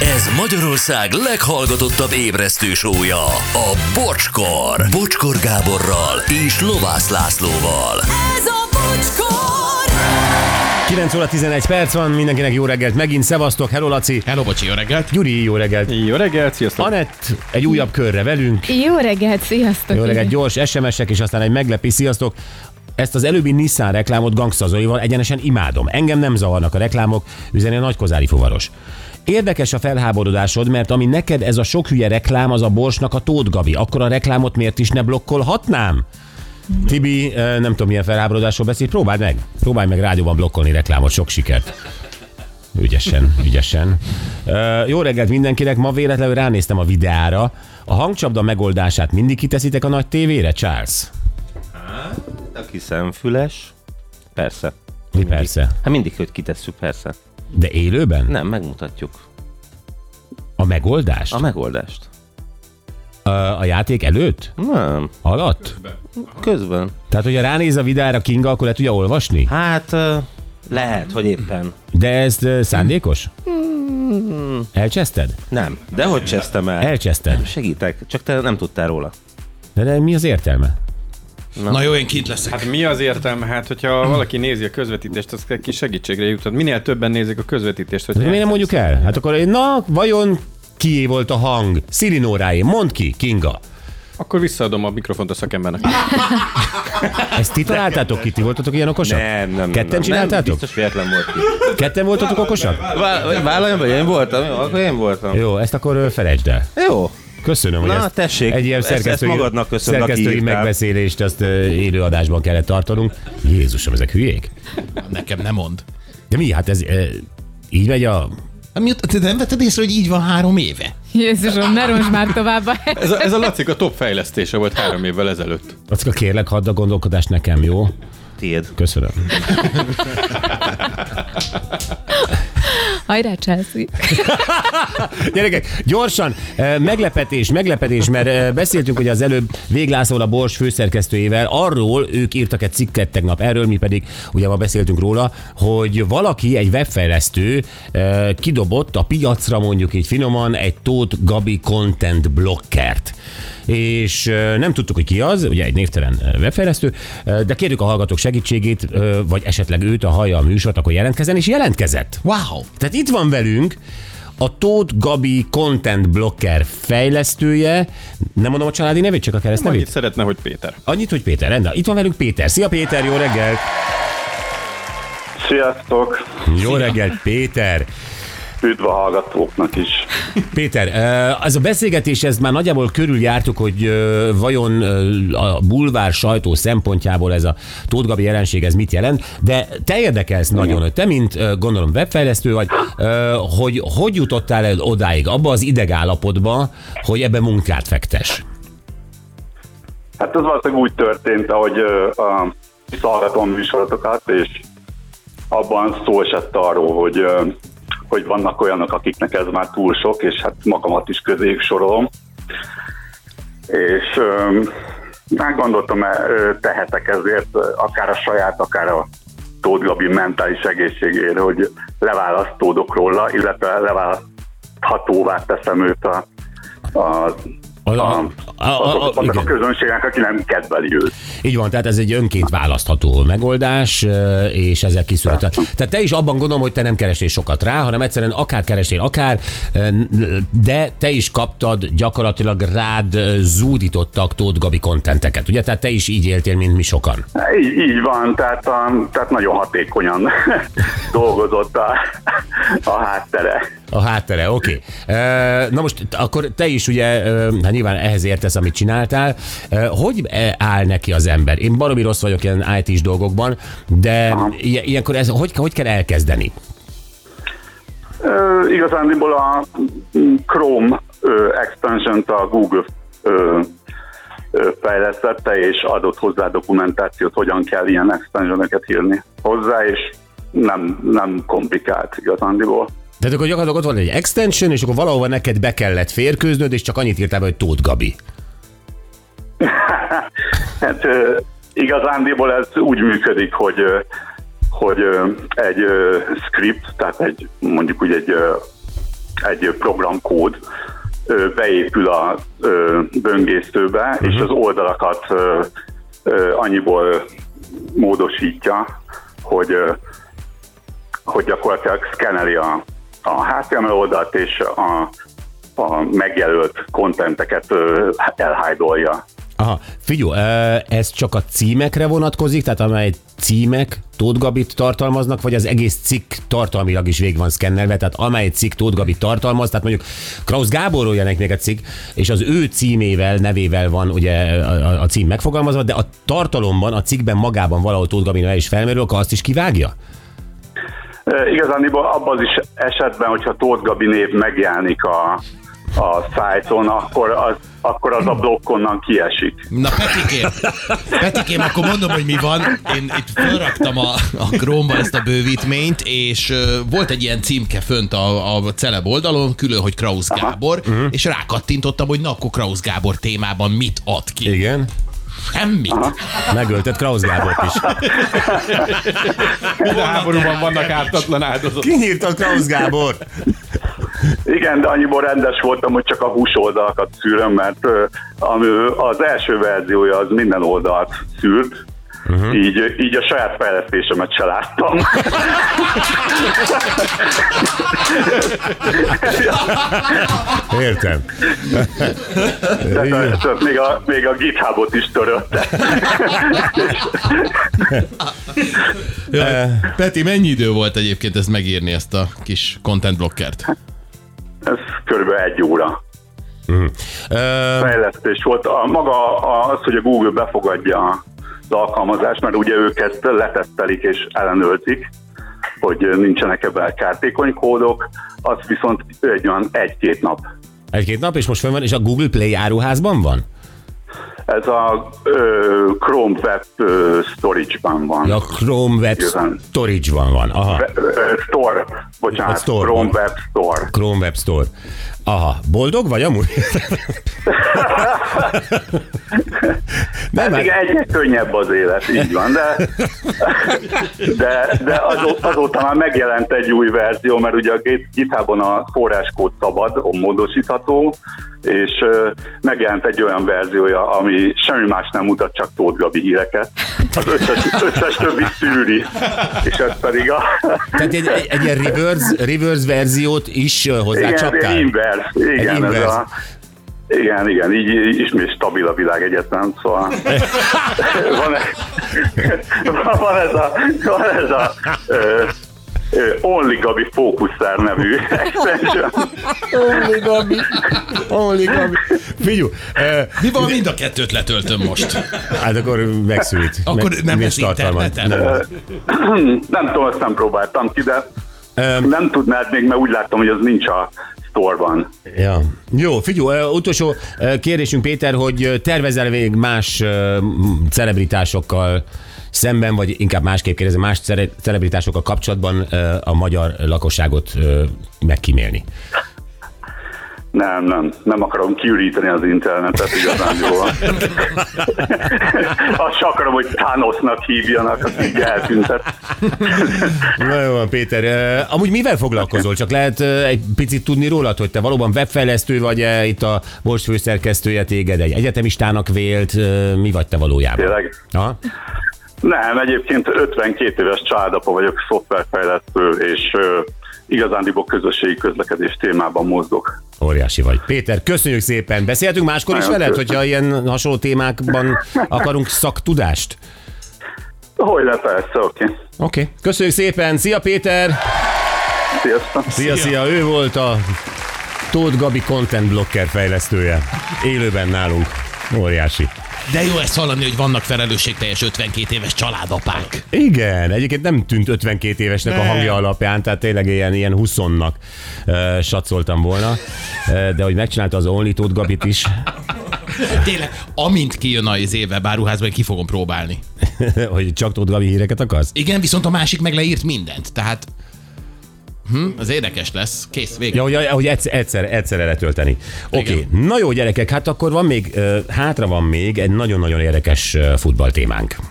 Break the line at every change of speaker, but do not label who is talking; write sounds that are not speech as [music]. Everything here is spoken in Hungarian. Ez Magyarország leghallgatottabb ébresztő sója, a Bocskor. Bocskor Gáborral és Lovász Lászlóval.
Ez a bocskor!
9 óra 11 perc van, mindenkinek jó reggelt megint, szevasztok, hello Laci,
Hello, bocsi, jó reggelt!
Gyuri, jó reggelt.
Jó reggelt, sziasztok!
Anett, egy újabb körre velünk,
Jó reggelt, sziasztok!
jó reggelt, gyors SMS-ek, és aztán egy meglepi, sziasztok. Ezt az előbbi Nissan reklámot gangszazóival egyenesen imádom. Engem nem zavarnak a reklámok, üzeni a nagykozári fuvaros. Érdekes a felháborodásod, mert ami neked ez a sok hülye reklám, az a borsnak a Tóth Gabi. Akkor a reklámot miért is ne blokkolhatnám? Tibi, eh, nem tudom, milyen felháborodásról beszél, próbáld meg. Próbálj meg rádióban blokkolni reklámot, sok sikert. Ügyesen, ügyesen. Ö, Jó reggelt mindenkinek, ma véletlenül ránéztem a videára. A hangcsapda megoldását mindig kiteszitek a nagy tévére, Charles?
Aki szemfüles, persze.
Mi persze.
Hát mindig, hogy kitesszük, persze.
De élőben?
Nem, megmutatjuk
A megoldást?
a
A,
megoldást.
a játék előtt?
Nem,
Alatt?
közben.
Tehát, hogyha ránéz a videára Kinga, akkor le tudja olvasni?
Hát ö, lehet, hogy éppen.
De ez ö, szándékos? Elcseszted?
Hmm. Nem, de hogy csesztem el?
Elcseszted.
Segítek, csak te nem tudtál róla.
De, de mi az értelme?
Na jó, én kint leszek.
Hát mi az értelme? Hát, hogyha valaki nézi a közvetítést, az ki segítségre jutott. Minél többen nézik a közvetítést, hogy
De miért nem mondjuk el? Hát akkor, na, vajon kié volt a hang? Szirinóráé, mondd ki, Kinga.
akkor visszaadom a mikrofont a szakembernek.
Ezt ti találtátok ki? Ti voltatok ilyen okosak?
Nem, nem,
Ketten
nem,
csináltátok?
Nem, biztos véletlen volt ki.
Ketten voltatok okosak?
Vá- Vállaljam be, én voltam, jó, akkor én voltam.
Jó, ezt akkor ö, felejtsd el.
Jó.
Köszönöm, hogy
Na,
ezt
tessék,
egy ilyen
ezt- ezt
szerkesztői,
magadnak köszönöm, aki
szerkesztői
írtál.
megbeszélést azt ö, élő adásban kellett tartanunk. Jézusom, ezek hülyék?
Nekem nem mond.
De mi? Hát ez ö, így megy a...
Hát mióta te nem vetted észre, hogy így van három éve?
Jézusom, ne rontsd már tovább a
Ez a, ez a Lacik a top fejlesztése volt három évvel ezelőtt.
Lacka, kérlek, hadd a gondolkodást nekem, jó?
Tiéd.
Köszönöm.
Hajrá, Chelsea!
Gyerekek, gyorsan, ö, meglepetés, meglepetés, mert ö, beszéltünk ugye az előbb Véglászol a Bors főszerkesztőjével, arról ők írtak egy cikket tegnap, erről mi pedig ugye ma beszéltünk róla, hogy valaki, egy webfejlesztő ö, kidobott a piacra mondjuk így finoman egy Tóth Gabi content blockert. És ö, nem tudtuk, hogy ki az, ugye egy névtelen ö, webfejlesztő, ö, de kérjük a hallgatók segítségét, ö, vagy esetleg őt, a hallja a műsort, akkor jelentkezzen, és jelentkezett.
Wow!
Tehát itt van velünk a Tóth Gabi content blocker fejlesztője, nem mondom a családi nevét, csak a kereszt
Annyit
nevét.
szeretne, hogy Péter.
Annyit, hogy Péter, rendben. Itt van velünk Péter. Szia Péter, jó reggelt!
Sziasztok!
Jó reggelt, Péter!
Üdv a hallgatóknak is!
Péter, eh, ez a beszélgetés, ezt már nagyjából körüljártuk, hogy eh, vajon eh, a bulvár sajtó szempontjából ez a Tóth Gabi jelenség, ez mit jelent, de te érdekelsz nagyon, hogy te, mint eh, gondolom webfejlesztő vagy, eh, hogy hogy jutottál el odáig, abba az idegállapotba, hogy ebbe munkát fektes.
Hát ez valószínűleg úgy történt, ahogy ö, a hallgatom műsorotokat, és abban szó esett arról, hogy, ö, hogy vannak olyanok, akiknek ez már túl sok, és hát magamat is közéjük sorolom. És ö, hát gondoltam, ö, tehetek ezért ö, akár a saját, akár a Tóth Gabi mentális egészségért, hogy leválasztódok róla, illetve leválaszthatóvá teszem őt a, a
A,
a, a, a, a, a
igen.
közönségnek, aki nem kedveli őt.
Így van, tehát ez egy önként választható megoldás, ö, és ezzel kiszűrt. Tehát te is abban gondolom, hogy te nem kerestél sokat rá, hanem egyszerűen akár kerestél, akár, ö, de te is kaptad gyakorlatilag rád ö, zúdítottak Tóth Gabi kontenteket, ugye? Tehát te is így éltél, mint mi sokan.
Így, így van, tehát, a, tehát nagyon hatékonyan [laughs] dolgozott a, a háttere.
A háttere, oké. Okay. Na most t- akkor te is ugye, ö, hát nyilván ehhez értesz, amit csináltál. Ö, Hogy e- áll neki az ember? Én baromi rossz vagyok ilyen IT-s dolgokban, de ilyen- ilyenkor ez, hogy, hogy kell elkezdeni?
Ö, igazándiból a mm, Chrome ö, extension a Google ö, ö, fejlesztette, és adott hozzá dokumentációt, hogyan kell ilyen extensionöket írni hozzá, és nem, nem komplikált igazándiból.
Tehát akkor gyakorlatilag ott van egy extension, és akkor valahova neked be kellett férkőznöd, és csak annyit írtál, be, hogy Tóth Gabi.
[laughs] Hát ö, igazándiból ez úgy működik, hogy ö, hogy ö, egy ö, script, tehát egy mondjuk úgy egy ö, egy programkód ö, beépül a ö, böngészőbe, és az oldalakat ö, ö, annyiból módosítja, hogy ö, hogy gyakorlatilag szkenneli a, a HTML oldalt, és a, a megjelölt kontenteket ö, elhájdolja.
Aha, figyú, ez csak a címekre vonatkozik, tehát amely címek Tóth Gabit tartalmaznak, vagy az egész cikk tartalmilag is végig van szkennelve, tehát amely cikk Tóth Gabit tartalmaz, tehát mondjuk Krausz Gáborról jelenik meg a cikk, és az ő címével, nevével van ugye a, a- a cím megfogalmazva, de a tartalomban, a cikkben magában valahol Tóth Gabi neve is felmerül, akkor azt is kivágja?
Ö, Igazániból abban az is esetben, hogyha Tóth Gabi név megjelenik a, a szájton, akkor az, akkor az a blokkonnan kiesik.
Na Petikém, Petikém, akkor mondom, hogy mi van. Én itt felraktam a, a Chrome-ba ezt a bővítményt, és ö, volt egy ilyen címke fönt a, a celeb oldalon, külön, hogy Krausz Gábor, és rákattintottam, hogy na akkor Krausz Gábor témában mit ad ki.
Igen.
Semmit.
Megöltött Krausz Gábort is.
De háborúban vannak ártatlan áldozatok.
Kinyírtad Krausz Gábor!
Igen, de annyiból rendes voltam, hogy csak a hús oldalakat szűröm, mert ö, ami az első verziója az minden oldalt szűrt, Uh-huh. Így, így a saját fejlesztésemet se láttam.
[laughs] Értem.
Tehát, tehát még, a, még a GitHubot is törölte.
Jaj, Peti, mennyi idő volt egyébként ezt megírni, ezt a kis content blockert?
Ez körülbelül egy óra
Ö,
fejlesztés volt. A, maga az, hogy a Google befogadja az alkalmazást, mert ugye őket letesztelik és ellenőrzik, hogy nincsenek ebben kártékony kódok, az viszont egy olyan egy-két nap
Egy-két nap, és most fönn van, és a Google Play áruházban van?
Ez a ö, Chrome Web ö, Storage-ban van.
A Chrome Web
Igen.
Storage-ban van, aha.
Ö, ö, Store, bocsánat,
A store
Chrome
van.
Web Store.
Chrome Web Store. Aha, boldog vagy amúgy? [laughs] Nem,
Hát igen,
hát
egyre könnyebb az élet, így van, de, de, de azó, azóta már megjelent egy új verzió, mert ugye a Git- GitHubon a forráskód szabad, on módosítható, és ö, megjelent egy olyan verziója, ami semmi más nem mutat, csak Tóth Gabi híreket. Az összes, összes többi szűri, és ez pedig a...
hát, tehát egy, egy, egy ilyen reverse, reverse verziót is ö,
Igen, egy
hozzácsaptál?
inverse. Igen,
Egy
ez
inverse.
a, igen, igen, így így ismét stabil a világ egyetem,
[laughs]
szóval van, e- [laughs] van ez a, van ez a ö, ö, Only Gabi Fókuszár nevű [laughs] extension.
Only Gabi. Only Gabi. Figyú, ö,
Mi van, mind a kettőt letöltöm most.
hát akkor megszűnt.
Akkor nem
nincs
lesz
tartalma.
interneten?
Nem.
Nem tudom, azt nem próbáltam ki, de
Öm.
nem tudnád még, mert úgy láttam, hogy az nincs a sztorban.
Ja. Jó, figyú, ö, utolsó ö, kérdésünk Péter, hogy ö, tervezel még más ö, m- celebritásokkal szemben, vagy inkább másképp kérdezem, más cere- celebritásokkal kapcsolatban ö, a magyar lakosságot ö, megkímélni.
Nem, nem, nem akarom kiüríteni az internetet igazán jól. Azt se akarom, hogy Thanosnak hívjanak, aki így eltüntet.
Na jó, van, Péter. Ö, Amúgy mivel foglalkozol? Csak lehet ö, egy picit tudni rólad, hogy te valóban webfejlesztő vagy, e, itt a most főszerkesztője téged egy egyetemistának vélt, ö, mi vagy te valójában?
Tényleg?
Aha.
Nem, egyébként 52 éves családapa vagyok, szoftverfejlesztő, és ö, igazándiból közösségi közlekedés témában mozgok.
Óriási vagy. Péter, köszönjük szépen. Beszéltünk máskor is
Nagyon
veled,
köszönöm.
hogyha ilyen hasonló témákban akarunk szaktudást?
Hogy le, persze, oké. Okay.
Oké. Okay. Köszönjük szépen. Szia Péter!
Sziasztok!
Szia, szia! Ő volt a Tóth Gabi content blocker fejlesztője. Élőben nálunk. Óriási.
De jó ezt hallani, hogy vannak felelősségteljes 52 éves családapák.
Igen, egyébként nem tűnt 52 évesnek a hangja alapján, tehát tényleg ilyen, ilyen 20-nak uh, satszoltam volna, uh, de hogy megcsinálta az Only Tóth Gabit is, [laughs]
Tényleg, amint kijön a az éve báruházban, én ki fogom próbálni.
hogy csak Tóth Gabi híreket akarsz?
Igen, viszont a másik meg leírt mindent, tehát hm, az érdekes lesz. Kész, vége.
Ja, hogy, hogy egyszer, egyszer, egyszerre letölteni. Oké, okay. na jó gyerekek, hát akkor van még, ö, hátra van még egy nagyon-nagyon érdekes ö, futballtémánk.